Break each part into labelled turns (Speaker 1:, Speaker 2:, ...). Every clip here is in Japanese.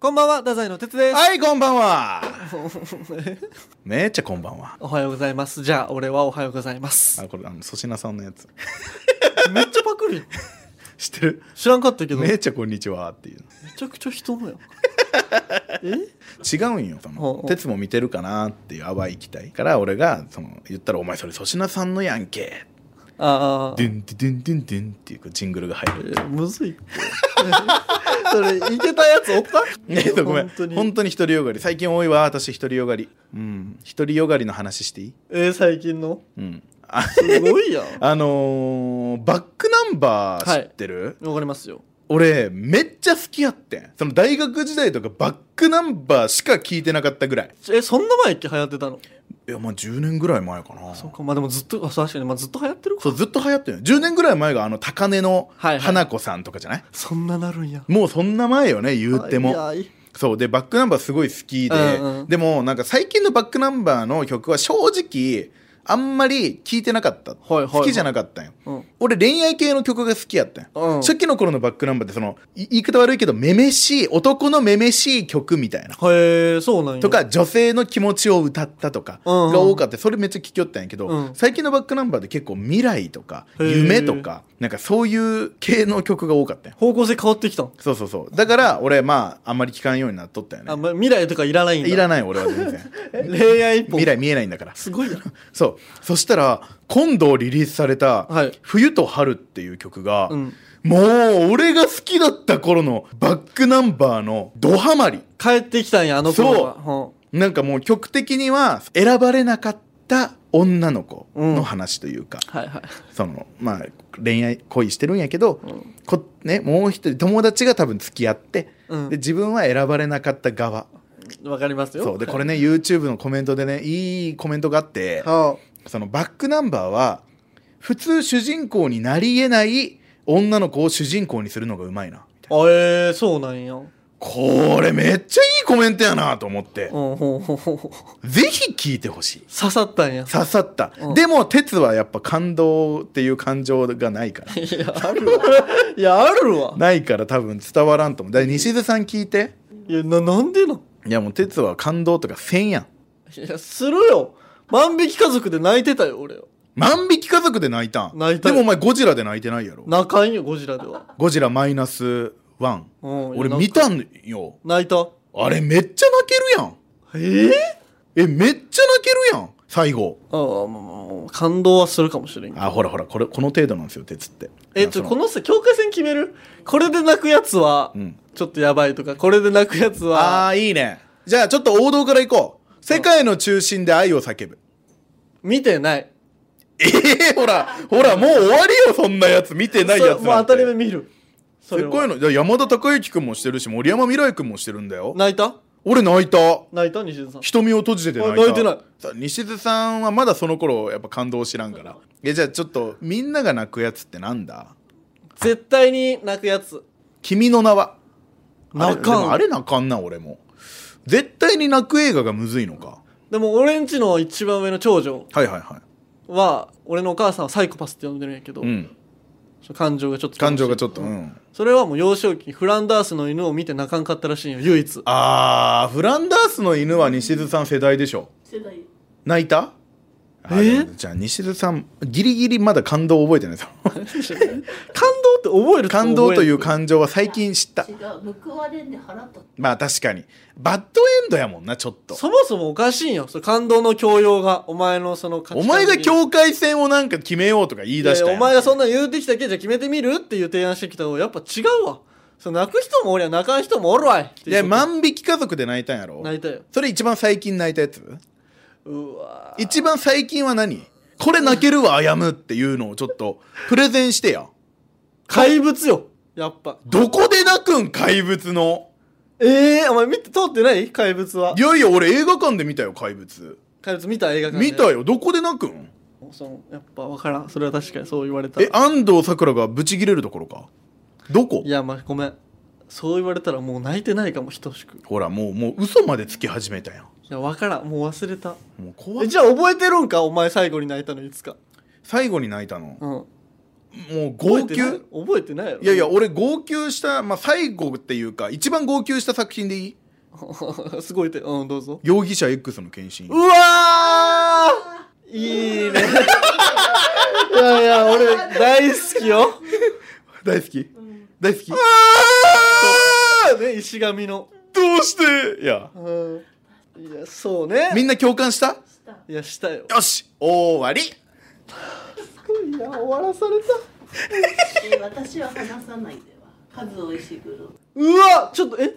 Speaker 1: こんばんは、太宰の哲です。
Speaker 2: はい、こんばんは。めっちゃこんばんは。
Speaker 1: おはようございます。じゃあ、俺はおはようございます。
Speaker 2: あ、これ、あの、粗品さんのやつ。
Speaker 1: めっちゃパクリ。
Speaker 2: 知ってる
Speaker 1: 知らんかったけど、
Speaker 2: め
Speaker 1: め
Speaker 2: っちゃこんにちはっていう。
Speaker 1: ちゃくちゃ人のやん。え
Speaker 2: 違うんよ。そ
Speaker 1: ほうほ
Speaker 2: の
Speaker 1: う、
Speaker 2: 鉄も見てるかなっていう淡い期待から、俺が、その、言ったら、お前それ粗品さんのやんけ。
Speaker 1: あ
Speaker 2: ドゥンドゥドゥンドゥンドゥンっていうこうジングルが入る。
Speaker 1: あ、むずいって。 それ、いけたやつおった
Speaker 2: えっと、 ごめん。
Speaker 1: 本当に
Speaker 2: 本当に独りよがり。最近多いわ、私独りよがり。うん。独りよがりの話していい
Speaker 1: えー、最近の
Speaker 2: うん。あ
Speaker 1: すごいやん。
Speaker 2: あのーバックナンバー知ってる、
Speaker 1: わかりますよ。
Speaker 2: 俺めっちゃ好きやってんその大学時代とかバックナンバーしか聞いてなかったぐらい
Speaker 1: え、そんな前っけ流行ってたの
Speaker 2: いやまあ10年ぐらい前かな
Speaker 1: そうか、まあでもずっと、あ確かに、まあずっと流行ってるか。
Speaker 2: そうずっと流行ってる10年ぐらい前があの高根の
Speaker 1: はいはい
Speaker 2: 花子さんとかじゃない、
Speaker 1: そんななるんや。
Speaker 2: もうそんな前よね言うても
Speaker 1: あいやい
Speaker 2: そうでバックナンバーすごい好きで、
Speaker 1: うんうん
Speaker 2: でもなんか最近のバックナンバーの曲は正直あんまり聞いてなかった、
Speaker 1: はいはいはい
Speaker 2: 好きじゃなかったんよ
Speaker 1: うん。
Speaker 2: 俺恋愛系の曲が好きやったんよ、
Speaker 1: うん
Speaker 2: 初期の頃のバックナンバーってそのい言い方悪いけどめめしい男のめめしい曲みたいな
Speaker 1: へえ、そうなんや。
Speaker 2: と、か女性の気持ちを歌ったとか
Speaker 1: うんうん
Speaker 2: が多かったそれめっちゃ聞きよったんやけど、
Speaker 1: うん
Speaker 2: 最近のバックナンバーで結構未来とか
Speaker 1: へー
Speaker 2: 夢とかなんかそういう系の曲が多かったんや
Speaker 1: 方向性変わってきたん
Speaker 2: そうそうそうだから俺まああんまり聞かんようになっとったよ
Speaker 1: あ、
Speaker 2: ね
Speaker 1: ま、未来とかいらないんだ。
Speaker 2: いらない俺は全 然
Speaker 1: 恋愛一本
Speaker 2: 未来見えないんだから
Speaker 1: すごいな
Speaker 2: そうそしたら今度リリースされた
Speaker 1: はい
Speaker 2: 「冬と春」っていう曲が、
Speaker 1: うん
Speaker 2: もう俺が好きだった頃のバックナンバーのドハマり
Speaker 1: 帰ってきたんやあの頃は
Speaker 2: なんかもう曲的には選ばれなかった女の子の話というか、
Speaker 1: うん、はいはい
Speaker 2: そのまあ恋愛恋してるんやけど、
Speaker 1: ん
Speaker 2: こね、もう一人友達が多分付き合って、
Speaker 1: うん
Speaker 2: で自分は選ばれなかった側
Speaker 1: わかりますよ
Speaker 2: そうでこ
Speaker 1: れ
Speaker 2: れね YouTube のコメントでねいいコメントがあって
Speaker 1: は
Speaker 2: そのバックナンバーは普通主人公になり得ない女の子を主人公にするのがうまいなみたいな
Speaker 1: ああえー、そうなんやうん
Speaker 2: これめっちゃいいコメントやなと思って、
Speaker 1: ほうほうほうほう
Speaker 2: ぜひ聞いてほしい
Speaker 1: 刺さったんや
Speaker 2: 刺さった、
Speaker 1: うん
Speaker 2: でも鉄はやっぱ感動っていう感情がないから
Speaker 1: いやあるわいやあるわ
Speaker 2: ないから多分伝わらんと思うだから西津さん聞いて
Speaker 1: いやななんでなん
Speaker 2: いやもう鉄は感動とかせんやん
Speaker 1: いやするよ万引き家族で泣いてたよ俺は
Speaker 2: 万引き家族で泣いたん
Speaker 1: 泣いたよ
Speaker 2: でもお前ゴジラで泣いてないやろ
Speaker 1: 泣かんよゴジラでは
Speaker 2: ゴジラマイナスワン
Speaker 1: うん
Speaker 2: 俺
Speaker 1: いや
Speaker 2: 見たんよ
Speaker 1: 泣いた
Speaker 2: あれめっちゃ泣けるやん
Speaker 1: ええ
Speaker 2: えめっちゃ泣けるやん最後
Speaker 1: ああまあまあ感動はするかもしれんけど
Speaker 2: あほらほらこれこの程度なんですよ鉄って
Speaker 1: えちょ
Speaker 2: そ
Speaker 1: こ
Speaker 2: の
Speaker 1: のさ境界線決めるこれで泣くやつは、
Speaker 2: うん
Speaker 1: ちょっとやばいとかこれで泣くやつは
Speaker 2: あーいいねじゃあちょっと王道からいこう世界の中心で愛を叫ぶ
Speaker 1: 見てない
Speaker 2: ええほら、ほら、もう終わりよ、そんなやつ。見てないや
Speaker 1: そ
Speaker 2: つなんて。
Speaker 1: れもう当たり前見るそ
Speaker 2: せ
Speaker 1: れ
Speaker 2: っかい
Speaker 1: は
Speaker 2: の。いや山田孝之君もしてるし、森山未来君もしてるんだよ。
Speaker 1: 泣いた
Speaker 2: 俺泣いた。
Speaker 1: 泣いた西津さん
Speaker 2: 瞳を閉じてて泣いた。
Speaker 1: あ泣いてない
Speaker 2: さ西津さんはまだその頃、やっぱ感動を知らんから。え、じゃあちょっと、みんなが泣くやつってなんだ
Speaker 1: 絶対に泣くやつ
Speaker 2: 君の名は。あれ
Speaker 1: 泣か
Speaker 2: で
Speaker 1: ん
Speaker 2: もあれ泣かんな、俺も。絶対に泣く映画がむずいのか。
Speaker 1: でも俺んちの一番上の長女
Speaker 2: はいはいはい。
Speaker 1: は俺のお母さんはサイコパスって呼んでるんやけど、
Speaker 2: うん。
Speaker 1: その感情がちょっと
Speaker 2: 感情がちょっと、うん。
Speaker 1: それはもう幼少期にフランダースの犬を見て泣かんかったらしいんよ唯 一
Speaker 2: あー、フランダースの犬は西津さん世代でしょ。
Speaker 3: 世代
Speaker 2: 泣いたあ
Speaker 1: え
Speaker 2: でもじゃあ西津さんギリギリまだ感動を覚えてないです
Speaker 1: 感動っ
Speaker 2: よ
Speaker 1: て覚える
Speaker 2: 感動という
Speaker 1: か
Speaker 2: 感情は最近知った
Speaker 3: 違う報われんで腹と
Speaker 2: まあ確かにバッドエンドやもんなちょっと
Speaker 1: そもそもおかしいんよその感動の教養がお前のその価値
Speaker 2: お
Speaker 1: 観
Speaker 2: 前が
Speaker 1: に
Speaker 2: 境界線をなんか決めようとか言い出した
Speaker 1: いやい
Speaker 2: や
Speaker 1: や
Speaker 2: ん
Speaker 1: お前がそんなん言うてきたけじゃあ決めてみるっていう提案してきたのやっぱ違うわその泣く人もおりゃ泣かん人もおるわいって
Speaker 2: いうや
Speaker 1: こと
Speaker 2: 万引き家族で泣いたんやろ
Speaker 1: 泣いたよ
Speaker 2: それ一番最近泣いたやつ
Speaker 1: うわー
Speaker 2: 一番最近は何これ泣けるわあやむっていうのをちょっとプレゼンしてや
Speaker 1: 怪物よやっぱ
Speaker 2: どこで泣くん怪物の
Speaker 1: ええー、お前見て通ってない怪物はい
Speaker 2: やいや俺映画館で見たよ怪物
Speaker 1: 怪物見た映画館で
Speaker 2: 見たよどこで泣くん
Speaker 1: そのやっぱ分からんそれは確かにそう言われたら
Speaker 2: え安藤サクラがブチギレるところかどこ
Speaker 1: いやまあごめんそう言われたらもう泣いてないかも等しくい
Speaker 2: ほらもうもう嘘までつき始めたやん
Speaker 1: や分からんもう忘れた
Speaker 2: もう怖
Speaker 1: え
Speaker 2: い
Speaker 1: じゃあ覚えてるんかお前最後に泣いたのいつか
Speaker 2: 最後に泣いたの、
Speaker 1: うん
Speaker 2: もう
Speaker 1: 覚
Speaker 2: 号
Speaker 1: えてない
Speaker 2: 泣
Speaker 1: 覚えてないやろ
Speaker 2: いやいや俺号泣した、まあ、最後っていうか一番号泣した作品でいい
Speaker 1: すごいってうんどうぞ
Speaker 2: 容疑者 X の献身
Speaker 1: うわーいいねいやいや俺大好きよ
Speaker 2: 大好き
Speaker 3: うん
Speaker 2: 大好き
Speaker 1: ね石神の
Speaker 2: どうしていや
Speaker 1: うんいやそうね
Speaker 2: みんな共感した
Speaker 3: した
Speaker 1: いやしたよ
Speaker 2: よし終わり
Speaker 1: いや終わらされた
Speaker 3: え私は話さないでは数おいしぐる
Speaker 1: うわちょっとえ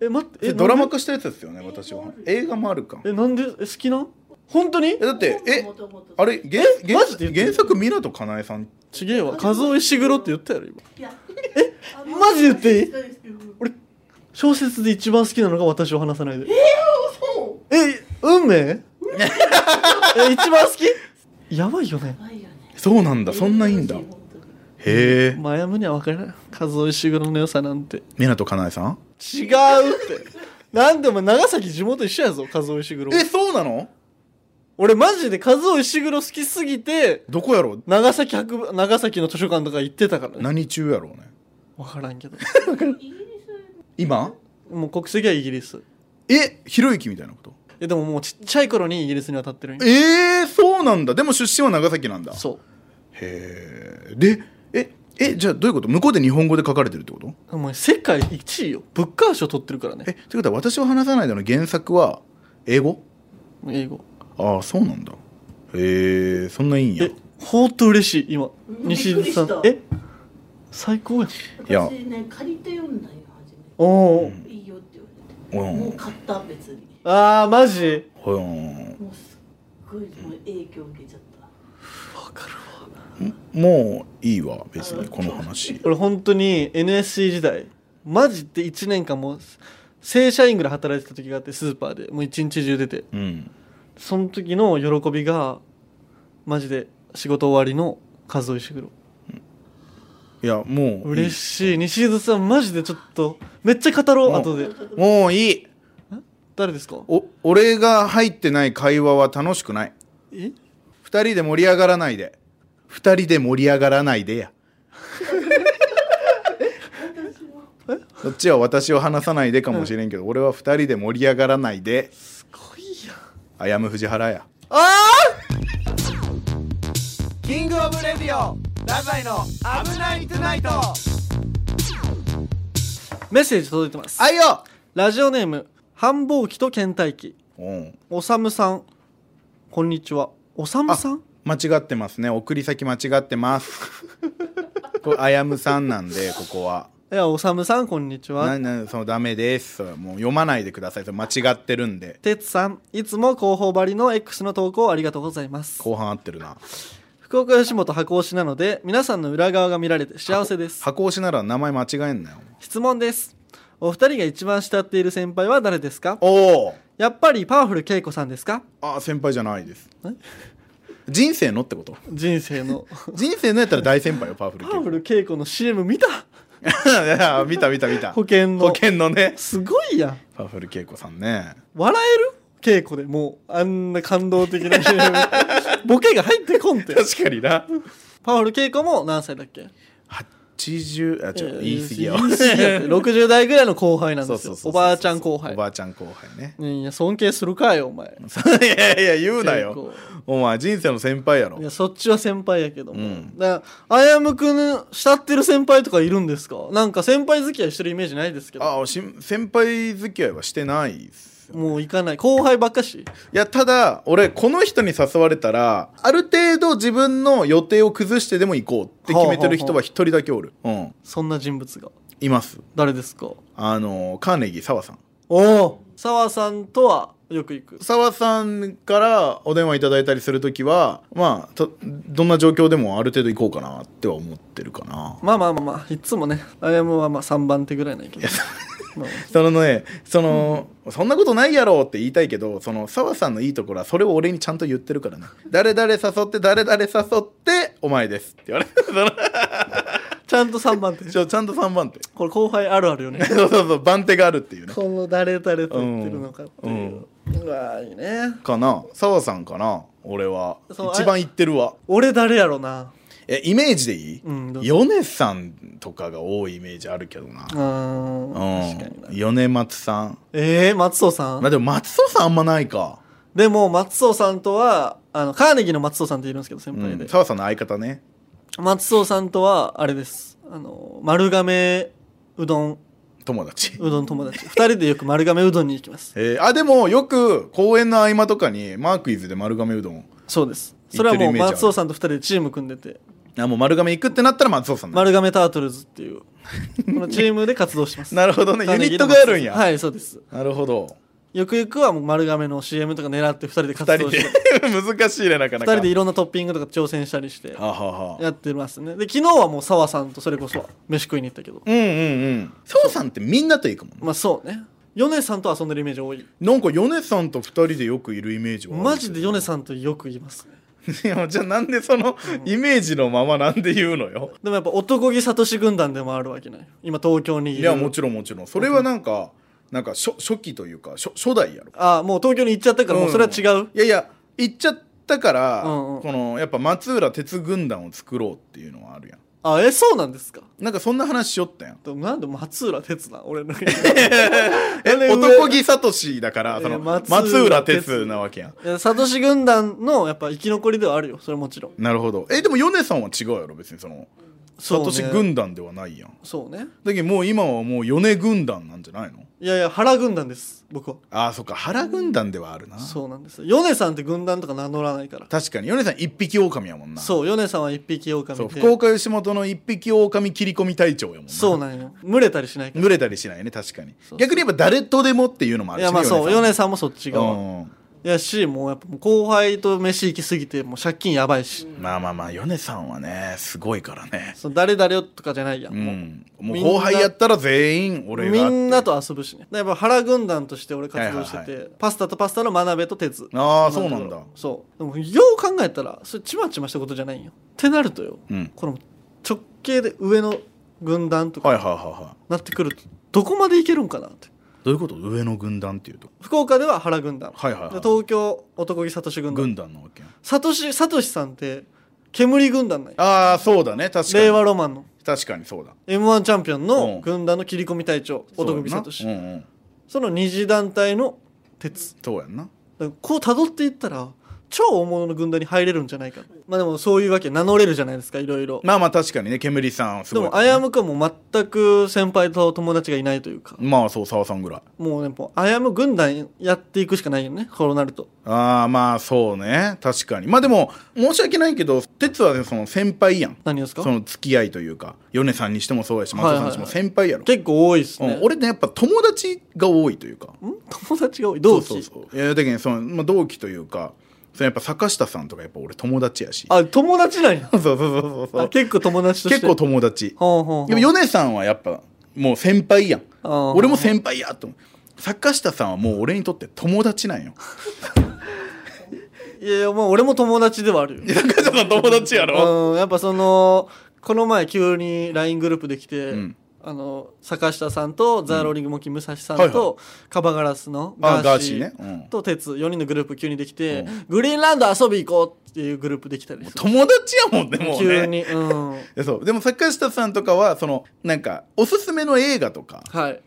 Speaker 1: え待ってえ
Speaker 2: ドラマ
Speaker 1: なんで
Speaker 2: 化したやつですよね私は
Speaker 3: 映
Speaker 2: 映画もあるか
Speaker 1: えなんでえ好きなん本当に
Speaker 2: えだってえ
Speaker 3: 元々
Speaker 2: あれ原
Speaker 1: え
Speaker 2: 原
Speaker 1: マジで言ってる
Speaker 2: 原作湊かなえさん
Speaker 1: ちげえわ和夫石黒って言ったやろ今
Speaker 3: いやあの
Speaker 1: マジで言っていい
Speaker 3: 大好きうん
Speaker 1: 俺小説で一番好きなのが私を話さないで
Speaker 3: そ
Speaker 1: え運命 え一番好きやばいよね
Speaker 3: うないよね
Speaker 2: そうなんだそんないいんだへ
Speaker 3: 本当に
Speaker 2: え
Speaker 1: マヤムには分からない和夫石黒の良さなんて
Speaker 2: 湊かなえさん
Speaker 1: 違うってなんでも長崎地元一緒やぞ和夫石黒
Speaker 2: えそうなの
Speaker 1: 俺マジで和夫石黒好きすぎて
Speaker 2: どこやろ
Speaker 1: 長崎博物長崎の図書館とか行ってたからね
Speaker 2: 何中やろうね
Speaker 1: 分からんけど
Speaker 3: イギリ
Speaker 2: 今
Speaker 1: もう国籍はイギリス
Speaker 2: えひろゆきみたいなこと
Speaker 1: えでももうちっちゃい頃にイギリスに渡ってるんよ
Speaker 2: えー、そうなんだでも出身は長崎なんだ
Speaker 1: そ
Speaker 2: へえでええじゃあどういうこと向こうで日本語で書かれてるってこと
Speaker 1: うお前世界一位よブッカー賞取ってるから
Speaker 2: え
Speaker 1: ね
Speaker 2: ってことは私を話さないでの原作は英語
Speaker 1: 英語
Speaker 2: ああそうなんだへえそんないいんや
Speaker 1: えほんと嬉しい今
Speaker 3: うん
Speaker 1: 西津さん
Speaker 3: びっくり
Speaker 1: え最高やん
Speaker 3: ス
Speaker 2: いや
Speaker 3: 私ね借りて読んだよ初め
Speaker 1: おお、
Speaker 2: うん
Speaker 3: ていいよって言わ
Speaker 2: う
Speaker 3: れてもうん買った別に
Speaker 1: ああマジ
Speaker 2: うん
Speaker 3: もうすっごいもう影響受けちゃった
Speaker 1: わかる
Speaker 2: もういいわ別にこの話
Speaker 1: 俺本当に NSC 時代マジで1年間もう正社員ぐらい働いてた時があってスーパーでもう一日中出て
Speaker 2: うん
Speaker 1: その時の喜びがマジで仕事終わりの和夫石黒
Speaker 2: いやもう
Speaker 1: 嬉しい西津さんマジでちょっとめっちゃ語ろう
Speaker 2: もう
Speaker 1: 後で
Speaker 2: いもういい
Speaker 1: 誰ですか
Speaker 2: お俺が入ってない会話は楽しくない
Speaker 1: え
Speaker 2: 二人で盛り上がらないで二人で盛り上がらない でや
Speaker 3: 私も
Speaker 2: そっちは私を話さないでかもしれんけど、俺は二人で盛り上がらないです
Speaker 1: ごいや
Speaker 2: あやむ藤原や
Speaker 1: あ
Speaker 2: キングオブレディオラザイの危ないトゥナイト
Speaker 1: ーメッセージ届いてます
Speaker 2: あいよ
Speaker 1: ラジオネーム繁忙期と倦怠期
Speaker 2: うん
Speaker 1: おさむさんこんにちはおさむさん
Speaker 2: 間違ってますね送り先間違ってますこれあやむさんなんでここはい
Speaker 1: やおさむさんこんにちは
Speaker 2: ななそのダメですそれはもう読まないでくださいそれ間違ってるんで
Speaker 1: てつさんいつも広報張りの X の投稿ありがとうございます
Speaker 2: 後半合ってるな
Speaker 1: 福岡吉本箱推しなので皆さんの裏側が見られて幸せです
Speaker 2: 箱押しなら名前間違えんなよ
Speaker 1: 質問ですお二人が一番慕っている先輩は誰ですか
Speaker 2: おお
Speaker 1: やっぱりパワフル恵子さんですか
Speaker 2: あ先輩じゃないです人生のってこと
Speaker 1: 人生 の
Speaker 2: 人生のやったら大先輩よパワフル
Speaker 1: パワフル恵子の CM 見た
Speaker 2: いや見た見た見た
Speaker 1: 保険の
Speaker 2: 保険のね
Speaker 1: すごいやん
Speaker 2: パワフル恵子さんね
Speaker 1: 笑える恵子でもうあんな感動的な CM ボケが入ってこんって
Speaker 2: 確かにな
Speaker 1: パワフル恵子も何歳だっけ
Speaker 2: 80あちょっと
Speaker 1: えー
Speaker 2: 言い過ぎや
Speaker 1: 言い過ぎやって60代ぐらいの後輩なんですよおばあちゃん後輩
Speaker 2: おばあちゃん後輩ね
Speaker 1: いや尊敬するかよお前
Speaker 2: いやいや言うな
Speaker 1: 結構
Speaker 2: よお前人生の先輩やろ
Speaker 1: いやそっちは先輩やけども、
Speaker 2: うん
Speaker 1: だからあやむくん慕ってる先輩とかいるんですかなんか先輩付き合いしてるイメージないですけど
Speaker 2: あし先輩付き合いはしてないっす
Speaker 1: もう行かない後輩ばっかし
Speaker 2: いやただ俺この人に誘われたらある程度自分の予定を崩してでも行こうって決めてる人は一人だけおるうん
Speaker 1: そんな人物が
Speaker 2: います
Speaker 1: 誰ですか
Speaker 2: あのカーネギー澤さん
Speaker 1: おお澤さんとはよく行く
Speaker 2: 澤さんからお電話いただいたりするときはまあとどんな状況でもある程度行こうかなっては思ってるかな
Speaker 1: まあまあまあまあいつもねあやむはまあ3番手ぐらいなんやけど、まあ
Speaker 2: そのねその、そんなことないやろって言いたいけどその澤さんのいいところはそれを俺にちゃんと言ってるからね誰々誘って誰々誘ってお前ですって言わ れてその
Speaker 1: ちゃんと3番手
Speaker 2: ちょちゃんと3番手
Speaker 1: これ後輩あるあるよね
Speaker 2: そうそうそう番手があるっていう ね
Speaker 1: この誰々と言ってるのかっていう、うわーいいね
Speaker 2: かな澤さんかな俺は
Speaker 1: そう
Speaker 2: 一番言ってるわ
Speaker 1: 俺誰やろな
Speaker 2: えイメージでいい、
Speaker 1: うんどうぞ
Speaker 2: 米さんとかが多いイメージあるけどな、
Speaker 1: あー
Speaker 2: うん
Speaker 1: 確かにな
Speaker 2: 米松さん
Speaker 1: えー、松尾さん
Speaker 2: まあでも松尾さんあんまないか
Speaker 1: でも松尾さんとはあのカーネギーの松尾さんっているんですけど先
Speaker 2: 澤、う
Speaker 1: 輩で、
Speaker 2: ん、澤さんの相方ね
Speaker 1: 松尾さんとはあれですあの丸亀うどん
Speaker 2: 友達
Speaker 1: うどん友達二人でよく丸亀うどんに行きます
Speaker 2: えーあでもよく公演の合間とかにマークイズで丸亀うどん
Speaker 1: そうですそれはも
Speaker 2: 行っ
Speaker 1: う
Speaker 2: てるイメージある
Speaker 1: 松尾さんと二人でチーム組んでて
Speaker 2: あもう丸亀行くってなったら松尾さんだ
Speaker 1: 丸亀タートルズっていうこのチームで活動してます
Speaker 2: なるほどね
Speaker 1: カー
Speaker 2: ユ
Speaker 1: ネ
Speaker 2: ニ
Speaker 1: ギ
Speaker 2: ッ
Speaker 1: ーの
Speaker 2: ト
Speaker 1: 松
Speaker 2: が
Speaker 1: 尾さ
Speaker 2: あるんや、
Speaker 1: はいそうです
Speaker 2: なるほど
Speaker 1: ゆくゆくはもう丸亀の CM とか狙って二人で活
Speaker 2: 2人
Speaker 1: 動し
Speaker 2: で
Speaker 1: て
Speaker 2: 難しいねなか
Speaker 1: 二
Speaker 2: なか
Speaker 1: 人でいろんなトッピングとか挑戦したりして
Speaker 2: はあはあはあ
Speaker 1: やってますねで昨日はもう澤さんとそれこそ飯食いに行ったけど
Speaker 2: うんうんうん澤さんってみんなと行くもん
Speaker 1: まあそうね米さんと遊んでるイメージ多い
Speaker 2: なんか米さんと2人でよくいるイメージはある
Speaker 1: マジで米さんとよく言いますね
Speaker 2: いやじゃあなんでそのイメージのままなんで言うのよ
Speaker 1: でもやっぱ男気聡軍団でもあるわけない今東京にいる
Speaker 2: いやもちろんもちろんそれはなんかなんか初初期というか初初代やろ
Speaker 1: ああもう東京に行っちゃったからもうそれは違う、
Speaker 2: いやいや行っちゃったから、
Speaker 1: うんうん
Speaker 2: このやっぱ松浦鉄軍団を作ろうっていうのはあるやん
Speaker 1: あえそうなんですか
Speaker 2: なんかそんな話しよったやん
Speaker 1: でもなんで松浦哲な俺のい
Speaker 2: え
Speaker 1: れ
Speaker 2: 男気聡だからそ
Speaker 1: え
Speaker 2: の
Speaker 1: ー松
Speaker 2: 松
Speaker 1: 浦
Speaker 2: 浦鉄なわけやん
Speaker 1: や聡軍団のやっぱ生き残りではあるよそれはもちろん
Speaker 2: なるほどえでも米さんは違うやろ別にその
Speaker 1: そうね
Speaker 2: 聡軍団ではないやん
Speaker 1: そうね
Speaker 2: だけどもう今はもう米軍団なんじゃないの
Speaker 1: いやいや原軍団です僕は
Speaker 2: ああそっか原軍団ではあるな
Speaker 1: そうなんですよ米さんって軍団とか名乗らないから
Speaker 2: 確かに米さん一匹狼やもんな
Speaker 1: そう米さんは一匹狼
Speaker 2: そう
Speaker 1: で
Speaker 2: 福岡吉本の一匹狼切り込み隊長やもんな
Speaker 1: そうなんよ群れたりしないから
Speaker 2: 群れたりしないね確かに
Speaker 1: そう
Speaker 2: 逆に言えば誰とでもっていうのもあ
Speaker 1: い
Speaker 2: るし
Speaker 1: やまあそう
Speaker 2: 米
Speaker 1: 米
Speaker 2: さ
Speaker 1: さんもそっち
Speaker 2: ん
Speaker 1: 側いやしもうやっぱもう後輩と飯行き過ぎてもう借金やばいし
Speaker 2: うんまあまあまあ米さんはねすごいからね
Speaker 1: その誰々よとかじゃないやん、
Speaker 2: う
Speaker 1: もうん
Speaker 2: もう
Speaker 1: みんな
Speaker 2: 後輩やったら全員俺が
Speaker 1: み
Speaker 2: って
Speaker 1: んなと遊ぶしねやっぱ原軍団として俺活動してて、
Speaker 2: はいはい
Speaker 1: パスタとパスタの真鍋と鉄
Speaker 2: ああそうなんだ
Speaker 1: そうでもよう考えたらそれちまちましたことじゃないんよってなるとよ
Speaker 2: うん
Speaker 1: この直系で上の軍団と
Speaker 2: はい
Speaker 1: か
Speaker 2: はいはいは
Speaker 1: なってくるとどこまでいけるんかなって
Speaker 2: いどういうこと上の軍団っていうと
Speaker 1: 福岡では原軍団、
Speaker 2: はいはいはい
Speaker 1: で東京男気聡軍団
Speaker 2: 軍団のわけや
Speaker 1: 聡聡さんって煙軍団なんよ
Speaker 2: ああそうだね確かに
Speaker 1: 令和ロマンの
Speaker 2: 確かにそうだ
Speaker 1: m 1チャンピオン
Speaker 2: う
Speaker 1: の
Speaker 2: ん
Speaker 1: 軍団の切り込み隊長男気聡
Speaker 2: そうやんなうんうん
Speaker 1: その二次団体の鉄
Speaker 2: そうやんな
Speaker 1: だからこう辿っていったら超大物の軍団に入れるんじゃないかまあでもそういうわけ名乗れるじゃないですかいろいろ
Speaker 2: まあまあ確かにね煙さんはす
Speaker 1: で
Speaker 2: ごい
Speaker 1: もあやむくんも全く先輩と友達がいないというか
Speaker 2: まあそう澤さんぐらい
Speaker 1: もうねもうあやむ軍団やっていくしかないよねこうなると
Speaker 2: ああまあそうね確かにまあでも申し訳ないけど哲はねその先輩やん
Speaker 1: 何ですか
Speaker 2: その付き合いというか米さんにしてもそうやし松田さんにしても
Speaker 1: はい
Speaker 2: 先輩やろ、
Speaker 1: 結構多いですね、
Speaker 2: うん、俺ねやっぱ友達が多いというか
Speaker 1: ん友達が多い同期
Speaker 2: そうそうそういやだけどねその、まあ、同期というかそのやっぱ坂下さんとかやっぱ俺友達やし
Speaker 1: あ友達なんや
Speaker 2: そうそうそうそうそ
Speaker 1: あ
Speaker 2: う
Speaker 1: 結構友達として
Speaker 2: 結構友達
Speaker 1: ほうほうほう
Speaker 2: でも米さんはやっぱもう先輩やん
Speaker 1: あー
Speaker 2: 俺も先輩やと思う坂下さんはもう俺にとって友 達なんよ
Speaker 1: いやいやもう俺も友達ではあるよ
Speaker 2: 坂下さん友達や
Speaker 1: うん、やっぱそのこの前急に LINE グループできて、
Speaker 2: うん
Speaker 1: あの坂下さんとザーローリングモキ武蔵さんと、
Speaker 2: はいは
Speaker 1: カバガラスの
Speaker 2: あ
Speaker 1: ガーシー
Speaker 2: ガーシーねうん
Speaker 1: と鉄4人のグループ急にできて、
Speaker 2: うん
Speaker 1: グリーンランド遊び行こうっていうグループできたりする
Speaker 2: 友達やもんねもうね
Speaker 1: 急にうん
Speaker 2: いやそうでも坂下さんとかはそのなんかおすすめの映画とか
Speaker 1: はい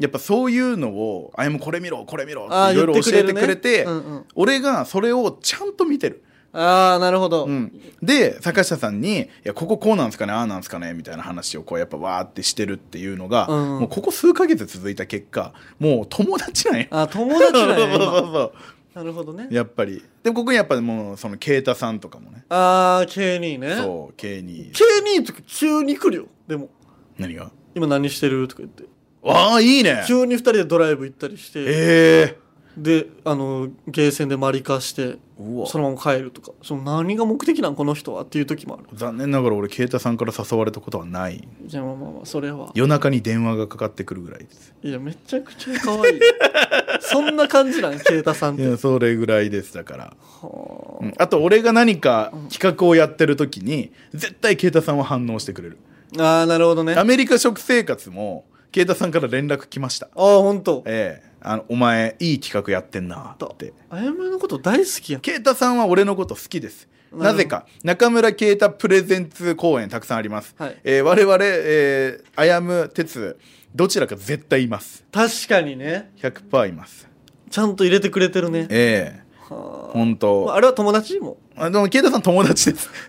Speaker 2: やっぱそういうのを「あやもこれ見ろこれ見ろ」
Speaker 1: あー
Speaker 2: っていろいろ
Speaker 1: 言ってく
Speaker 2: 教
Speaker 1: れ
Speaker 2: え
Speaker 1: る
Speaker 2: て
Speaker 1: ね
Speaker 2: くれて
Speaker 1: うんうん
Speaker 2: 俺がそれをちゃんと見てる、
Speaker 1: ああなるほど、
Speaker 2: うん、で坂下さんに「いやこここうなんすかねああなんすかね」みたいな話をこうやっぱわーってしてるっていうのが、
Speaker 1: うん
Speaker 2: もうここ数ヶ月続いた結果もう友達なんや。
Speaker 1: あ友達だ
Speaker 2: そうそう
Speaker 1: よ
Speaker 2: そうそう
Speaker 1: なるほどね
Speaker 2: やっぱりでここにやっぱもうその啓太さんとかもね
Speaker 1: ああ K2 ね
Speaker 2: そう啓に
Speaker 1: K2 とか急に来るよでも
Speaker 2: 何が
Speaker 1: 今何してるとか言って
Speaker 2: ああいいね
Speaker 1: 急に2人でドライブ行ったりして
Speaker 2: ええ
Speaker 1: であのゲーセンでマリカして
Speaker 2: うわ
Speaker 1: そのまま帰るとかその何が目的なんこの人はっていう時もある
Speaker 2: 残念ながら俺啓太さんから誘われたことはない
Speaker 1: じゃあまあまあまあそれは
Speaker 2: 夜中に電話がかかってくるぐらいです
Speaker 1: いやめちゃくちゃ可愛い そんな感じなん啓太さんっ
Speaker 2: い
Speaker 1: て
Speaker 2: やそれぐらいですだから、
Speaker 1: は
Speaker 2: うんあと俺が何か企画をやってる時に絶対啓太さんは反応してくれる
Speaker 1: ああーなるほどね
Speaker 2: ア
Speaker 1: あ
Speaker 2: メリカ食生活も啓太さんから連絡来ました
Speaker 1: あーほんと
Speaker 2: ええあのお前いい企画やってんなって
Speaker 1: あやめのこと大好きやん
Speaker 2: 啓太さんは俺のこと好きです
Speaker 1: ほど
Speaker 2: なぜか中村慶太プレゼンツ公演たくさんあります、
Speaker 1: はい
Speaker 2: えー我々、えー、あやむ哲どちらか絶対います
Speaker 1: 確かにね
Speaker 2: 100%います
Speaker 1: ちゃんと入れてくれてるね
Speaker 2: ええ
Speaker 1: は
Speaker 2: 本
Speaker 1: あまあ
Speaker 2: 当
Speaker 1: あれは友達も
Speaker 2: あでも慶太さん友達です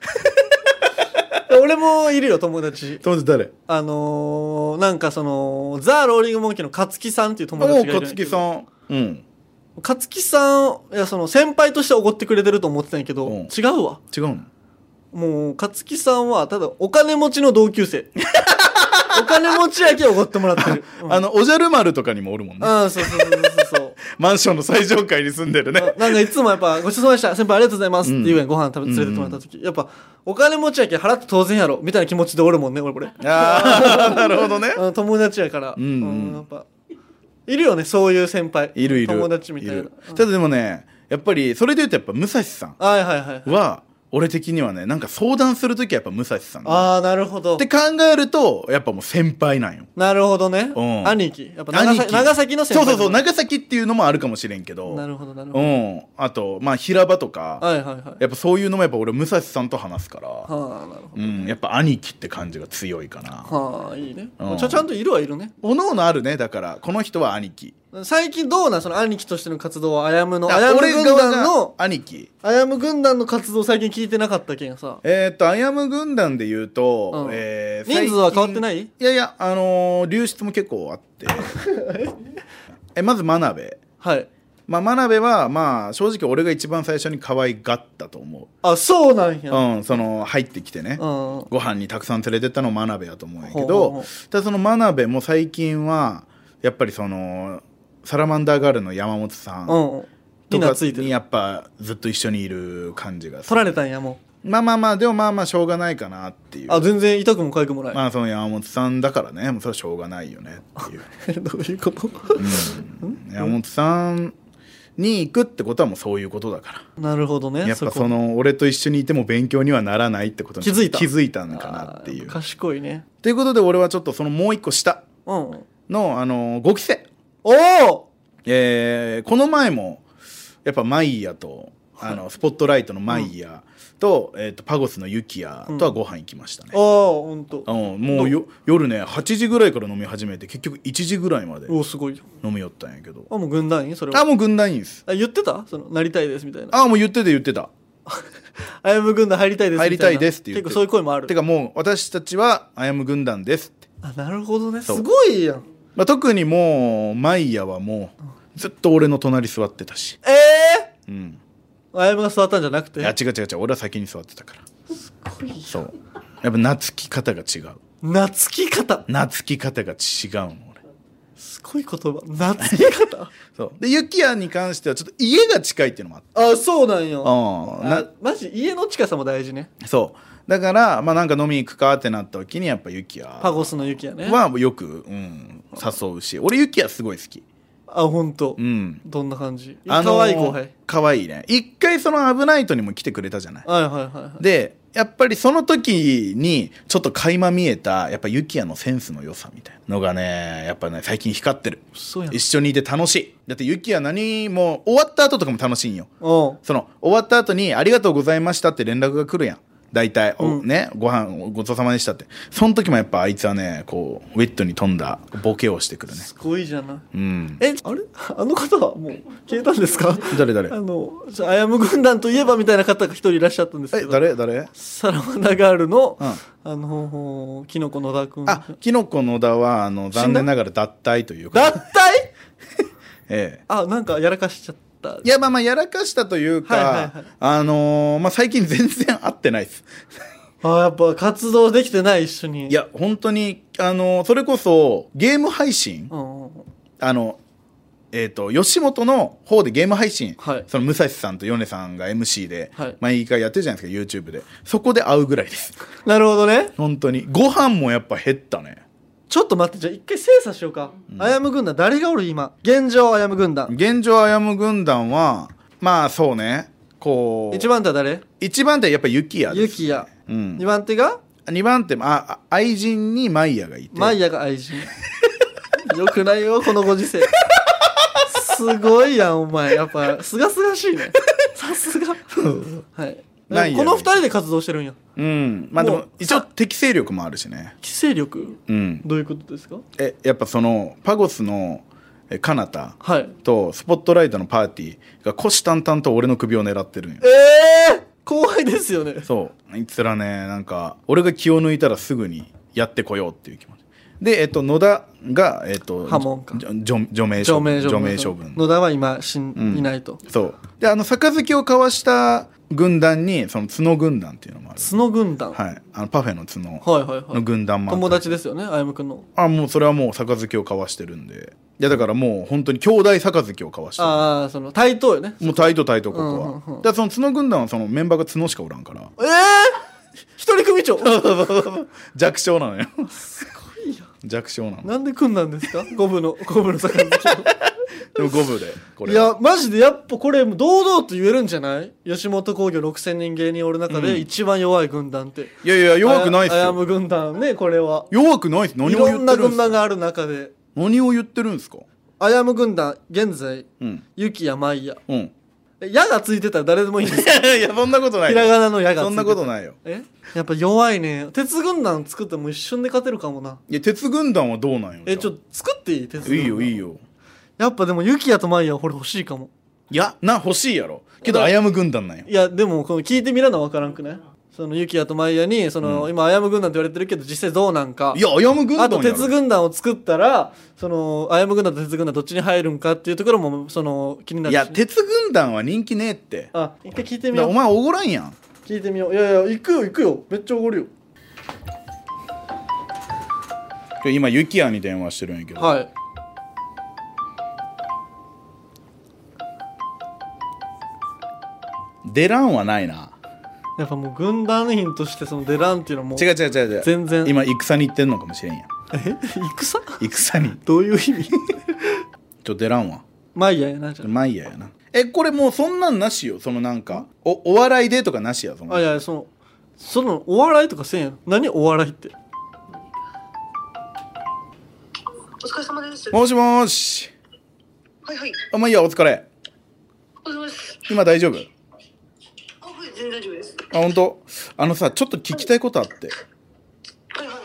Speaker 1: 俺もいるよ友達
Speaker 2: 友達誰
Speaker 1: あのー、なんかそのザ・ローリング・モンキーの勝木さんっていう友
Speaker 2: お
Speaker 1: 達が
Speaker 2: お
Speaker 1: いるんや
Speaker 2: 勝
Speaker 1: けど
Speaker 2: 木さんうん
Speaker 1: 勝木さんいやその先輩としておごってくれてると思ってたんやけど、
Speaker 2: うん
Speaker 1: 違うわ
Speaker 2: 違うの
Speaker 1: もう勝木さんはただお金持ちの同級生 お金持ちやけおごってもらってる、うん、
Speaker 2: あのおじゃる丸とかにもおるもんね
Speaker 1: うんそうそうそうそう そう
Speaker 2: マンションの最上階に住んでるね
Speaker 1: なんかいつもやっぱ「ごちそうさまでした先輩ありがとうございます」って言うやんご飯食べ連れてってもらった時やっぱお金持ちやけん払って当然やろみたいな気持ちでおるもんね俺これ
Speaker 2: ああなるほどね
Speaker 1: うん友達やから
Speaker 2: うんうん
Speaker 1: やっぱいるよねそういう先輩
Speaker 2: いるいる
Speaker 1: 友達みたいな
Speaker 2: るただでもねやっぱりそれで言うとやっぱ武蔵さん
Speaker 1: はいはいはい
Speaker 2: は俺的にはねなんか相談する時はやっぱ武蔵さんっ
Speaker 1: ああなるほど
Speaker 2: て考えるとやっぱもう先輩なんよ
Speaker 1: なるほどね
Speaker 2: うん
Speaker 1: 兄貴やっぱ長
Speaker 2: 兄
Speaker 1: 崎
Speaker 2: 貴
Speaker 1: 長崎の先輩
Speaker 2: そうそうそう長崎っていうのもあるかもしれんけど
Speaker 1: なるほどなる
Speaker 2: う
Speaker 1: ほ
Speaker 2: んあとまあ平場と
Speaker 1: ど
Speaker 2: か
Speaker 1: はいはいはい
Speaker 2: やっぱそういうのもやっぱ俺武蔵さんと話すから
Speaker 1: はあなるほ
Speaker 2: うんやっぱ兄貴って感じが強いかな
Speaker 1: どはあいいね
Speaker 2: うん
Speaker 1: ちゃちゃんといるはいるね
Speaker 2: おのおのあるねだからこの人は兄貴
Speaker 1: 最近どうなんその兄貴としての活動はあやむのあ
Speaker 2: だ
Speaker 1: やむ
Speaker 2: 俺
Speaker 1: 軍
Speaker 2: 側
Speaker 1: 団の
Speaker 2: が兄貴
Speaker 1: アヤム軍団の活動最近聞いてなかったけんさ。
Speaker 2: えー、っと、アヤム軍団で言うと、
Speaker 1: うん
Speaker 2: えー
Speaker 1: 人数は変わってない
Speaker 2: 最近いやいや、あのー流出も結構あって。 え、まず、真鍋。
Speaker 1: はい。
Speaker 2: まあ、真鍋は、まあ、正直俺が一番最初に可愛がったと思
Speaker 1: あ、そうなん
Speaker 2: う。
Speaker 1: や。
Speaker 2: うん、その、入ってきてね。
Speaker 1: うん。
Speaker 2: ご飯にたくさん連れてったの真鍋やと思うんやけ
Speaker 1: ほうほうほ
Speaker 2: ど、ただその真鍋も最近は、やっぱりその、サラマンダーガールの山本さん
Speaker 1: うん。み
Speaker 2: と
Speaker 1: んな
Speaker 2: か
Speaker 1: ついて
Speaker 2: に
Speaker 1: る。
Speaker 2: やっぱずっと一緒にいる感じがす
Speaker 1: 取
Speaker 2: る
Speaker 1: られたんや、も
Speaker 2: まあまあまあ、でもまあまあしょうがないかなっていう
Speaker 1: う。。あ、全然痛くもかゆくもない。
Speaker 2: まあその山本さんだからねもうそれはしょうがないよねっていう、
Speaker 1: どういうこと
Speaker 2: うん山本さんに行くってことはもうそういうことだか
Speaker 1: なるほど
Speaker 2: ら
Speaker 1: ね。
Speaker 2: やっぱそ
Speaker 1: こ
Speaker 2: の俺と一緒にいても勉強にはならないってことに
Speaker 1: 気づいた
Speaker 2: 気づいたのかなってい
Speaker 1: あ
Speaker 2: う
Speaker 1: ー賢いね。
Speaker 2: ということで俺はちょっとそのもう一個下
Speaker 1: うん。お
Speaker 2: のあの5期生
Speaker 1: お
Speaker 2: えーこの前もやっぱマイヤとあのスポットライトのマイヤと,、えーとパゴスのユキヤとはご飯行きましたね、
Speaker 1: おおほんと。
Speaker 2: うんもうよ夜ね8時ぐらいから飲み始めて結局1時ぐらいまで
Speaker 1: おおすごい。
Speaker 2: 飲み寄ったんやけど
Speaker 1: あ、もう軍団員それ
Speaker 2: あ
Speaker 1: は。
Speaker 2: もう軍団員です
Speaker 1: あ、言ってたその、なりたいですみたいな。
Speaker 2: あもう言ってた言ってた
Speaker 1: あやむ軍団入りたいですみたいな。
Speaker 2: 入りたいですって言って
Speaker 1: 結構そういう声もある
Speaker 2: て。かもう私たちはあやむ軍団ですって、
Speaker 1: あ、なるほどね。す
Speaker 2: そう
Speaker 1: ごいやん。
Speaker 2: まあ、特にもうマイヤはもうずっと俺の隣座ってたし
Speaker 1: ええ
Speaker 2: うん
Speaker 1: ーあやむが座ったんじゃなく
Speaker 2: い
Speaker 1: て
Speaker 2: や違う違う違う俺は先に座ってたからそうやっぱ懐き方が違う
Speaker 1: 懐き方
Speaker 2: 懐き方が違うの俺
Speaker 1: すごい言葉懐き方
Speaker 2: そうでユキヤに関してはちょっと家が近いって いうのもあって
Speaker 1: あそうなんよ
Speaker 2: うん
Speaker 1: あ
Speaker 2: な
Speaker 1: マジ家の近さも大事ね
Speaker 2: そうだからまあなんか飲み行くかってなった時にやっぱユキヤ
Speaker 1: パゴスの雪やね
Speaker 2: はよく、うん、誘うし俺ユキヤすごい好き
Speaker 1: あ本当、
Speaker 2: うん
Speaker 1: どんな感じ
Speaker 2: あの
Speaker 1: 可愛い後輩
Speaker 2: かわいいね一回その「危ないと」にも来てくれたじゃない
Speaker 1: はいはいはいはい
Speaker 2: でやっぱりその時にちょっと垣間見えたやっぱユキヤのセンスの良さみたいなのがねやっぱね最近光ってる
Speaker 1: そうやん
Speaker 2: 一緒にいて楽しいだってユキヤ何も終わった後とかも楽しいんよ
Speaker 1: おう
Speaker 2: その終わった後に「ありがとうございました」って連絡が来るやん大体、お
Speaker 1: うん
Speaker 2: ねご飯ごちそうさまでしたってその時もやっぱあいつはねこうウェットに飛んだボケをしてくるね
Speaker 1: すごいじゃない
Speaker 2: うん
Speaker 1: えあれあの方はもう消えたんです か
Speaker 2: 誰誰
Speaker 1: あのちょあやむ軍団といえばみたいな方が一人いらっしゃったんですけ
Speaker 2: え
Speaker 1: ど
Speaker 2: 誰誰
Speaker 1: サラマンダガールの、
Speaker 2: うん
Speaker 1: あのーキノコ野田くん
Speaker 2: あ、キノコ野田は、あの、
Speaker 1: だ
Speaker 2: 残念ながら脱退という
Speaker 1: 脱
Speaker 2: か。
Speaker 1: 退
Speaker 2: ええ。
Speaker 1: あなんかやらかしちゃった
Speaker 2: いや、まあまあ、やらかしたというか、
Speaker 1: はいはいはい
Speaker 2: あのーまあ、最近全然会ってないです。
Speaker 1: あやっぱ活動できてない一緒に
Speaker 2: いや、本当に、あのーそれこそ、ゲーム配信、
Speaker 1: うんうんうん
Speaker 2: あの、えっ、と、吉本の方でゲーム配信、
Speaker 1: はい
Speaker 2: その、武蔵さんと米さんが MC で、
Speaker 1: はい
Speaker 2: 毎回やってるじゃないですか、YouTube で。そこで会うぐら いです。
Speaker 1: なるほどね
Speaker 2: 本当に。ご飯もやっぱ減ったね。
Speaker 1: ちょっと待ってじゃあ一回精査しようか、あやむ軍団誰がおる今現状あやむ軍団
Speaker 2: 現状あやむ軍団は、まあ、そうね、こう、
Speaker 1: 一番手は誰
Speaker 2: 一番手はやっぱ雪や
Speaker 1: ゆきや
Speaker 2: うん
Speaker 1: 二、番手が
Speaker 2: 2番手ああ愛人にマイヤがいて
Speaker 1: マイヤが愛人よくないよこのご時世すごいやんお前やっぱすがすがしいねさすがはい
Speaker 2: ないや
Speaker 1: この二人で活動してるんや
Speaker 2: うんまあで
Speaker 1: も
Speaker 2: も
Speaker 1: う
Speaker 2: 一応適正力もあるしね
Speaker 1: 規制力
Speaker 2: うん
Speaker 1: どういうことですか
Speaker 2: えやっぱそのパゴスのえカナタ
Speaker 1: はい
Speaker 2: とスポットライトのパーティーが虎視眈々と俺の首を狙ってるんよ
Speaker 1: ええ後輩ですよね
Speaker 2: そうあいつらねなんか俺が気を抜いたらすぐにやってこようっていう気持ちで、えっと、野田が、えっと、
Speaker 1: 破門か
Speaker 2: じょ除除名処
Speaker 1: 除名処
Speaker 2: 分
Speaker 1: 分
Speaker 2: 除名処分
Speaker 1: 野田は今死ん、
Speaker 2: うん
Speaker 1: いないと
Speaker 2: そうであの杯を交わした軍団にその角軍団っていうのもある
Speaker 1: 角軍団、
Speaker 2: はいあのパフェの角
Speaker 1: はいはいは
Speaker 2: の
Speaker 1: い
Speaker 2: 軍団もあって
Speaker 1: 友達ですよね歩夢君の
Speaker 2: あもうそれはもう杯を交わしてるんでいやだからもう本当に兄弟杯を交わしてる
Speaker 1: ああその対等よね
Speaker 2: もう対等対等ここ
Speaker 1: う
Speaker 2: は、
Speaker 1: んうんうん
Speaker 2: だからその角軍団はそのメンバーが角しかおらんから
Speaker 1: ええ一人組 長
Speaker 2: 弱小なのよ
Speaker 1: すごいや
Speaker 2: 弱小なの
Speaker 1: なんで組んだんですか五分の五分の坂道
Speaker 2: でも五分でこれ
Speaker 1: いやマジでやっぱこれ堂々と言えるんじゃない吉本興業6000人芸人おる中で一番弱い軍団って、
Speaker 2: いやいや弱くないっす
Speaker 1: あやむ
Speaker 2: よ
Speaker 1: 軍団ねこれは
Speaker 2: 弱くないっす
Speaker 1: い
Speaker 2: 何を
Speaker 1: ろ
Speaker 2: 言
Speaker 1: ん
Speaker 2: っ
Speaker 1: な
Speaker 2: てるん
Speaker 1: 軍
Speaker 2: すか
Speaker 1: 団がある中で
Speaker 2: 何を言ってるんすか
Speaker 1: あやむ軍団現在
Speaker 2: うん
Speaker 1: ゆきやまいや
Speaker 2: うん
Speaker 1: え矢がついてたら誰でもいいん です
Speaker 2: いやそんなことない
Speaker 1: ひらがなの矢がついてた
Speaker 2: そんなことないよ
Speaker 1: えやっぱ弱いね鉄軍団作っても一瞬で勝てるかもない
Speaker 2: や鉄軍団はどうなんよ
Speaker 1: えちょ
Speaker 2: っ
Speaker 1: っと作っていい鉄軍
Speaker 2: い
Speaker 1: 団
Speaker 2: いよいい
Speaker 1: よ
Speaker 2: よ
Speaker 1: やっぱでもゆきやとまいやはこれ欲しいかも
Speaker 2: いやな欲しいやろけどあやむ軍団なんよ
Speaker 1: いやでもこの聞いてみらな分からんくないそのユキヤとマイヤにその、今あやむ軍団って言われてるけど実際どうなんか
Speaker 2: いやあやむ軍団や
Speaker 1: あ
Speaker 2: ろ
Speaker 1: と鉄軍団を作ったらそのあやむ軍団と鉄軍団どっちに入るんかっていうところもその気になるし
Speaker 2: いや鉄軍団は人気ねえって
Speaker 1: あ一回聞いて
Speaker 2: だ
Speaker 1: み
Speaker 2: から
Speaker 1: よ
Speaker 2: お
Speaker 1: う
Speaker 2: 前おごらんやん
Speaker 1: 聞いてみよういやいや行くよ行くよめっちゃおごるよ
Speaker 2: 今ユキヤに電話してるんやけど、
Speaker 1: はい
Speaker 2: 出らんはないな
Speaker 1: やっぱもう軍団員としてその出らんっていうのはもう
Speaker 2: 違う違う違う違う
Speaker 1: 全然
Speaker 2: 今戦に行ってんのかもしれんやん
Speaker 1: え戦
Speaker 2: 戦に
Speaker 1: どういう意 味
Speaker 2: ちょ出らんわ
Speaker 1: マイヤやなじゃ
Speaker 2: まあいいややなえこれもうそんなんなしよそのなんかおお笑いでとかなしや
Speaker 1: あ
Speaker 2: そ
Speaker 1: あい
Speaker 2: の
Speaker 1: やいやそのそのお笑いとかせんやん何お笑いって
Speaker 4: お疲れ様です。は
Speaker 2: もしもーし
Speaker 4: いはい。
Speaker 2: あまあいいやお疲れ
Speaker 4: お疲れ様です。
Speaker 2: 今大丈夫
Speaker 4: あ、はい、全然大丈夫です。
Speaker 2: あ本当あのさちょっと聞きたいことあって
Speaker 4: はいはい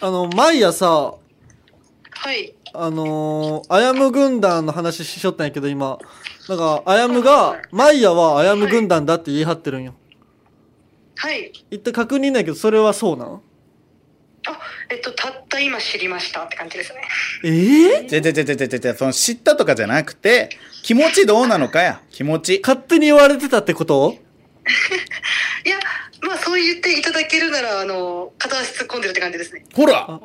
Speaker 1: あのマイヤさ
Speaker 4: はい。はい。
Speaker 1: あのー、アヤム軍団の話しよったんやけど今なんかアヤムがマイヤはアヤム軍団だって言い張ってるんよ
Speaker 4: はい。
Speaker 1: 一体確認ないけどそれはそうなん
Speaker 4: あ、えっと、たった今知りましたって感じですね。
Speaker 1: ええ
Speaker 2: じゃじゃじゃじゃじゃじゃその知ったとかじゃなくて気持ちどうなのかや気持ち
Speaker 1: 勝手に言われてたってこと
Speaker 4: いや、まあ、そう言っていただけるなら、あの、片足突っ込んでるって感じですね。
Speaker 2: ほら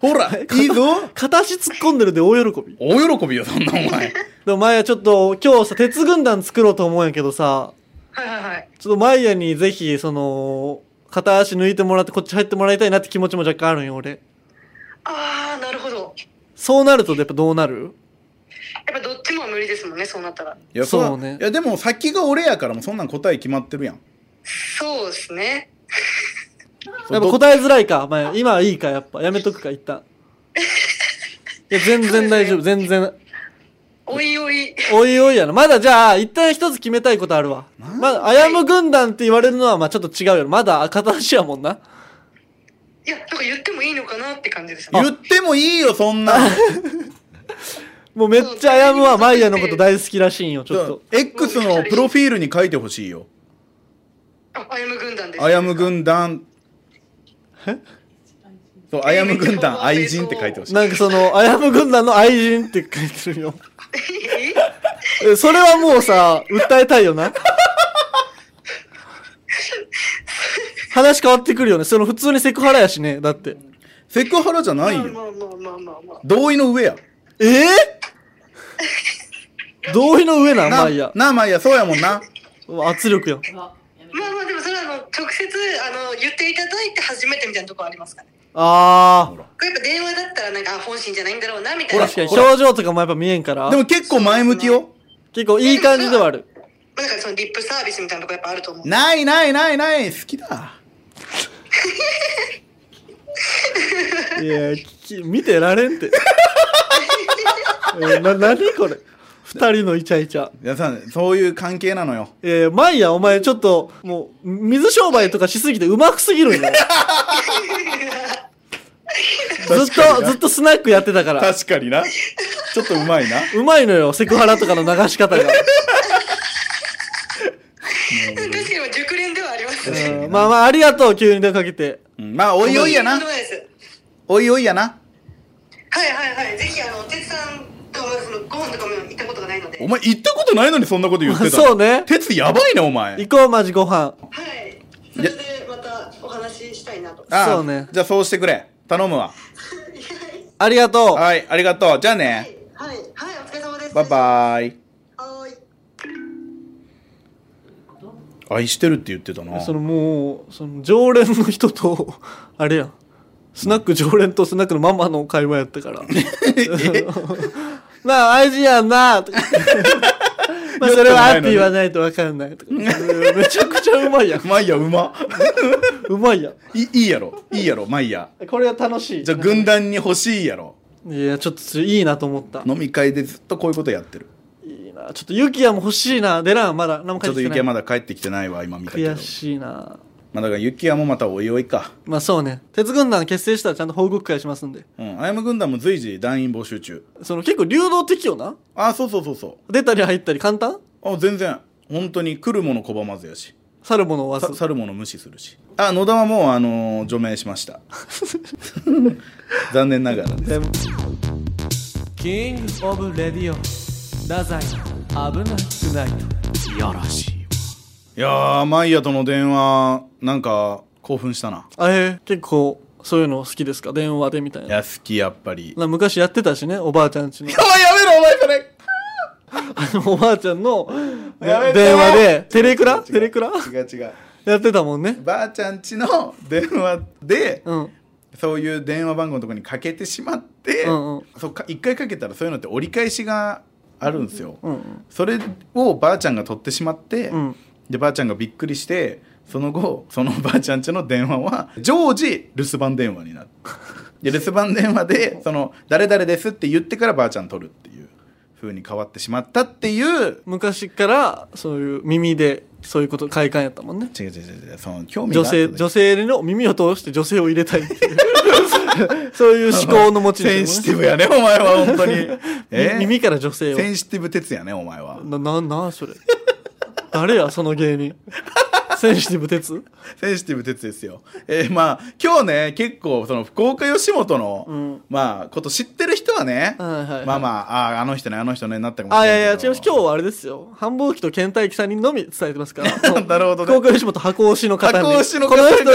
Speaker 2: ほ らいいぞ
Speaker 1: 片足突っ込んでるで大喜び
Speaker 2: 大喜びよそんなお 前
Speaker 1: でもマイヤちょっと今日さ鉄軍団作ろうと思うんやけどさ
Speaker 4: はいはいはい。
Speaker 1: ちょっとマイヤにぜひその片足抜いてもらってこっち入ってもらいたいなって気持ちも若干あるんよ俺
Speaker 4: ああ、なるほど。
Speaker 1: そうなるとやっぱどうなる
Speaker 4: やっぱどっちも無理ですもんね、そうなったら。
Speaker 2: いやそう
Speaker 1: そうね
Speaker 2: いやでも先が俺やからもうそんなん答え決まってるやん
Speaker 4: そうですね。
Speaker 1: やっぱ答えづらいか、まあ、今はいいかやっぱやめとくか一旦いや全然大丈夫全然
Speaker 4: おいおい。
Speaker 1: おいおいやなまだじゃあ一旦一つ決めたいことあるわまだあやむ軍団って言われるのはまあちょっと違うよまだ片足やもんない
Speaker 4: や、なんか言ってもいいのかなって感じですね。
Speaker 2: 言ってもいいよそん なん
Speaker 1: もうめっちゃあやむはマイヤのこと大好きらしいんよちょっと
Speaker 2: X のプロフィールに書いてほしいよ
Speaker 4: あ、あやむ軍団です。
Speaker 2: あやむ軍団
Speaker 1: え
Speaker 2: そうあやむ軍団愛人って書いてほしい
Speaker 1: なんかそのあやむ軍団の愛人って書いてるよえそれはもうさ訴えたいよな話変わってくるよねその普通にセクハラやしねだって
Speaker 2: セクハラじゃない
Speaker 4: ま
Speaker 2: よ
Speaker 4: あまあまあまあまあまあ。
Speaker 2: 同意の上や
Speaker 1: えー、同意の上なん
Speaker 2: な
Speaker 1: マイヤ
Speaker 2: なあまあいいやそうやもんな
Speaker 1: 圧力やん
Speaker 4: まあまあ、でもそれは、あの、直接、あの、言っていただいて初めてみたいなところありますかね。
Speaker 1: あー
Speaker 4: これやっぱ電話だったらなんかあ本心じゃないんだろうなみたいな
Speaker 1: 確かに表情とかもやっぱ見えんから
Speaker 2: でも結構前向きよ
Speaker 1: 結構いい感じではある
Speaker 4: なんかそのリップサービスみたいなとこやっぱあると思う
Speaker 2: ないないないない好きだ
Speaker 1: いや聞き見てられんってえーな何これ二人のイチャイチャ
Speaker 2: 皆さんそういう関係なのよ
Speaker 1: えー、マイヤお前ちょっともう水商売とかしすぎてうまくすぎるんよ ずっとずっとスナックやってたから
Speaker 2: 確かになちょっとうまいな
Speaker 1: うまいのよセクハラとかの流し方が
Speaker 4: 確かに熟練ではありますね。
Speaker 1: うんまあまあありがとう急に出かけて
Speaker 2: うんまあおいおいやな
Speaker 4: とんでもいです
Speaker 2: おいおいやな
Speaker 4: はいはいはい。ぜひ、あの、お手さんとはそのご飯とかも行ったことがないので。
Speaker 2: お前行ったことないのにそんなこと言ってた
Speaker 1: そうね
Speaker 2: 鉄やばいねお前
Speaker 1: 行こうマジご飯
Speaker 4: はい。それでまたお話ししたいなと。
Speaker 2: ああ
Speaker 1: そうね
Speaker 2: じゃあそうしてくれ頼むわ
Speaker 1: ありがとう
Speaker 2: はいありがとうじゃあ
Speaker 4: は
Speaker 2: ね
Speaker 4: い、はい、はい、お疲れ様です。
Speaker 2: バイバイ
Speaker 4: はーい。
Speaker 2: 愛してるって言ってたな
Speaker 1: そのもうその常連の人と あれやんスナック常連とスナックのママの会話やったから なあ愛人やん なとかまあそれはあって言わないと分かんないとかめ ちゃくちゃうまいやん
Speaker 2: マイヤうま
Speaker 1: うまいやん
Speaker 2: いいいやろいいやろマイヤ
Speaker 1: これは楽しい
Speaker 2: じゃあ軍団に欲しいやろ
Speaker 1: いやちょっといいなと思った
Speaker 2: 飲み会でずっとこういうことやってる
Speaker 1: いいなちょっとユキヤも欲しいな出らんまだ何も
Speaker 2: ち
Speaker 1: 書
Speaker 2: ょ
Speaker 1: いて
Speaker 2: っと
Speaker 1: き
Speaker 2: ユ
Speaker 1: て
Speaker 2: キヤ
Speaker 1: な
Speaker 2: ま
Speaker 1: い
Speaker 2: だ帰ってきてないわ今見たけど
Speaker 1: 悔しいな
Speaker 2: まあだからユキヤもまたおいおいか
Speaker 1: まあそうね鉄軍団結成したらちゃんと報告会しますんで
Speaker 2: うんあやむ軍団も随時団員募集中
Speaker 1: その結構流動的よな
Speaker 2: あそうそうそうそ
Speaker 1: 出たり入ったり簡単
Speaker 2: うあ全然本当に来るもの拒まずやし
Speaker 1: 去るものを忘
Speaker 2: さ
Speaker 1: れ
Speaker 2: 去るもの無視するしあ野田はもうあのー除名しました 残念ながらね
Speaker 1: キングオブレディオ太宰危なくない
Speaker 2: いやーマイヤとの電話なんか興奮したな
Speaker 1: あえー結構そういうの好きですか電話でみたい
Speaker 2: い
Speaker 1: な
Speaker 2: や好きやっぱり
Speaker 1: な昔やってたしねおばあちゃんちの
Speaker 2: あやめろお前それ
Speaker 1: あの おばあちゃんのね
Speaker 2: やめて
Speaker 1: 電話でテレクラ
Speaker 2: 違う
Speaker 1: テレクラ
Speaker 2: 違う違う
Speaker 1: やってたもんね
Speaker 2: ばあちゃんちの電話で、
Speaker 1: うん
Speaker 2: そういう電話番号のところにかけてしまって、
Speaker 1: うんうん
Speaker 2: そうか一回かけたらそういうのって折り返しがあるんですよ、
Speaker 1: うん
Speaker 2: それをばあちゃんが取ってしまって、
Speaker 1: うん
Speaker 2: でばあちゃんがびっくりしてその後そのばあちゃんちの電話は常時留守番電話になるで留守番電話でその「誰々です」って言ってからばあちゃん取るっていう風に変わってしまったっていう
Speaker 1: 昔からそういう耳でそういうこと快感やったもんね
Speaker 2: 違う違う違う違うその興味
Speaker 1: 女
Speaker 2: があった
Speaker 1: 性女性の耳を通して女性を入れたいって いうそういう思考の持ち主
Speaker 2: セン
Speaker 1: ですね
Speaker 2: シティブやねお前 は本当にえ
Speaker 1: み耳から女性を
Speaker 2: センシティブ鉄やねお前は
Speaker 1: な、な、な、それ。誰や、その芸 人。センシティブ鉄
Speaker 2: センシティブ鉄ですよえーまあ今日ね結構その福岡吉本の、
Speaker 1: ん
Speaker 2: まあこと知ってる人はね、
Speaker 1: はいはいはい
Speaker 2: まあまああーあの人ねあの人ねなったかもし
Speaker 1: あ、い
Speaker 2: れな
Speaker 1: やいや、
Speaker 2: い
Speaker 1: 違い
Speaker 2: けど
Speaker 1: ます。今日はあれですよ。繁忙期と倦怠期さんにのみ伝えてます から。
Speaker 2: なるほどね
Speaker 1: 高校吉本箱推しの方
Speaker 2: 加
Speaker 1: に。
Speaker 2: 工しの
Speaker 1: こ
Speaker 2: 方
Speaker 1: の人
Speaker 2: が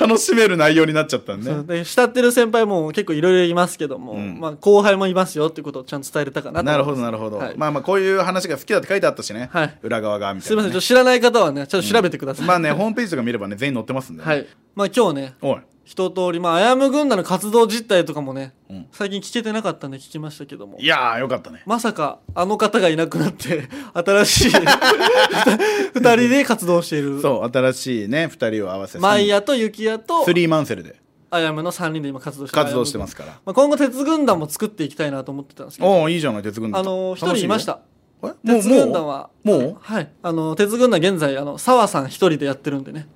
Speaker 2: 楽しめる内容になっちゃったん
Speaker 1: そう
Speaker 2: ね
Speaker 1: で慕ってる先輩も結構いろいろいますけども、
Speaker 2: ん
Speaker 1: まあ、後輩もいますよっていうことをちゃんと伝えれたかなと
Speaker 2: なるほ
Speaker 1: 思い
Speaker 2: ど
Speaker 1: ます
Speaker 2: なるほど、
Speaker 1: はい
Speaker 2: まあまあこういう話が好きだって書いてあったしね、
Speaker 1: はい
Speaker 2: 裏側がみた
Speaker 1: す
Speaker 2: い
Speaker 1: いませ
Speaker 2: なね、
Speaker 1: んちょっと知らない方はねちょっと調べてください、
Speaker 2: まあねホームページとか見ればね全員載ってますんで、ね、
Speaker 1: はいまあ今日ね
Speaker 2: おい
Speaker 1: 一通りまああやむ軍団の活動実態とかもね、
Speaker 2: うん
Speaker 1: 最近聞けてなかったんで聞きましたけども
Speaker 2: いやーよかったね
Speaker 1: まさかあの方がいなくなって新 しい二人で活動している
Speaker 2: そう新しいね2人を合わせて
Speaker 1: マイヤとユキヤと
Speaker 2: スリーマンセルで
Speaker 1: アヤムの3人で今活動して、
Speaker 2: 活動してますすから
Speaker 1: まあ、今後鉄軍団も作っていきたいなと思ってたんですけど
Speaker 2: おおいいじゃない鉄軍
Speaker 1: あ
Speaker 2: 団
Speaker 1: のー一
Speaker 2: 楽
Speaker 1: 人
Speaker 2: し
Speaker 1: い
Speaker 2: よ
Speaker 1: ました
Speaker 2: えもう
Speaker 1: 鉄軍団は
Speaker 2: もうも
Speaker 1: はいあのー鉄軍団現在あの澤さん一人でやってるんでね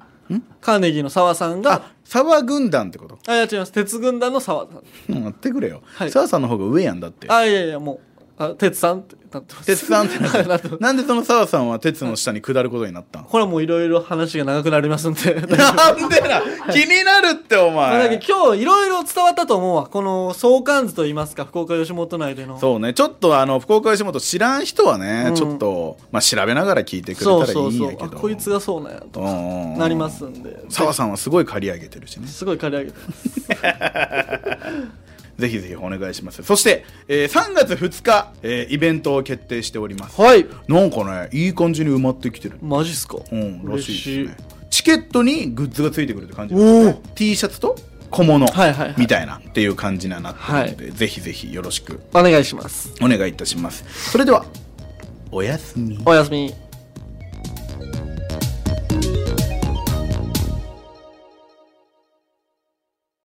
Speaker 1: カーネギーの澤さん
Speaker 2: う
Speaker 1: が
Speaker 2: あ沢軍団ってこと
Speaker 1: あいや違います鉄軍団の澤さん
Speaker 2: うん待ってくれよ
Speaker 1: はい
Speaker 2: 沢さんの方が上やんだって
Speaker 1: あいやいやもうあ鉄さんってなってます
Speaker 2: 鉄さんってな っ
Speaker 1: はいなっててます
Speaker 2: なんでその沢さんは鉄の下に下ることにな ったん
Speaker 1: これはもういろいろ話が長くなりますんで
Speaker 2: なんでな 気になるってお
Speaker 1: まあなんか
Speaker 2: 前
Speaker 1: 今日いろいろ伝わったと思うわこの相関図といいますか福岡吉本内での
Speaker 2: そうねちょっとあの福岡吉本知らん人はね、
Speaker 1: うん
Speaker 2: ちょっと、まあ、調べながら聞いてくれた
Speaker 1: そう
Speaker 2: らい
Speaker 1: そ
Speaker 2: い
Speaker 1: うんそう
Speaker 2: やけ
Speaker 1: あ
Speaker 2: ど
Speaker 1: こいつがそうなんやと
Speaker 2: うん
Speaker 1: なりますんで
Speaker 2: 沢さんはすごい借り上げてるしね
Speaker 1: すごい刈り上げてます
Speaker 2: ぜひぜひお願いしますそして、えー3月2日、えーイベントを決定しております
Speaker 1: はい
Speaker 2: なんかねいい感じに埋まってきてる
Speaker 1: マジっすか
Speaker 2: うん、らしいです
Speaker 1: 嬉
Speaker 2: ね。チケットにグッズがついてくるって感じ
Speaker 1: お
Speaker 2: ですね、
Speaker 1: お
Speaker 2: T シャツと小物
Speaker 1: はいはいはい
Speaker 2: みたいなっていう感じにはなってるので、ぜひぜひよろしく
Speaker 1: お願いします
Speaker 2: お願いいたします。それでは、おやすみ。
Speaker 1: おやすみ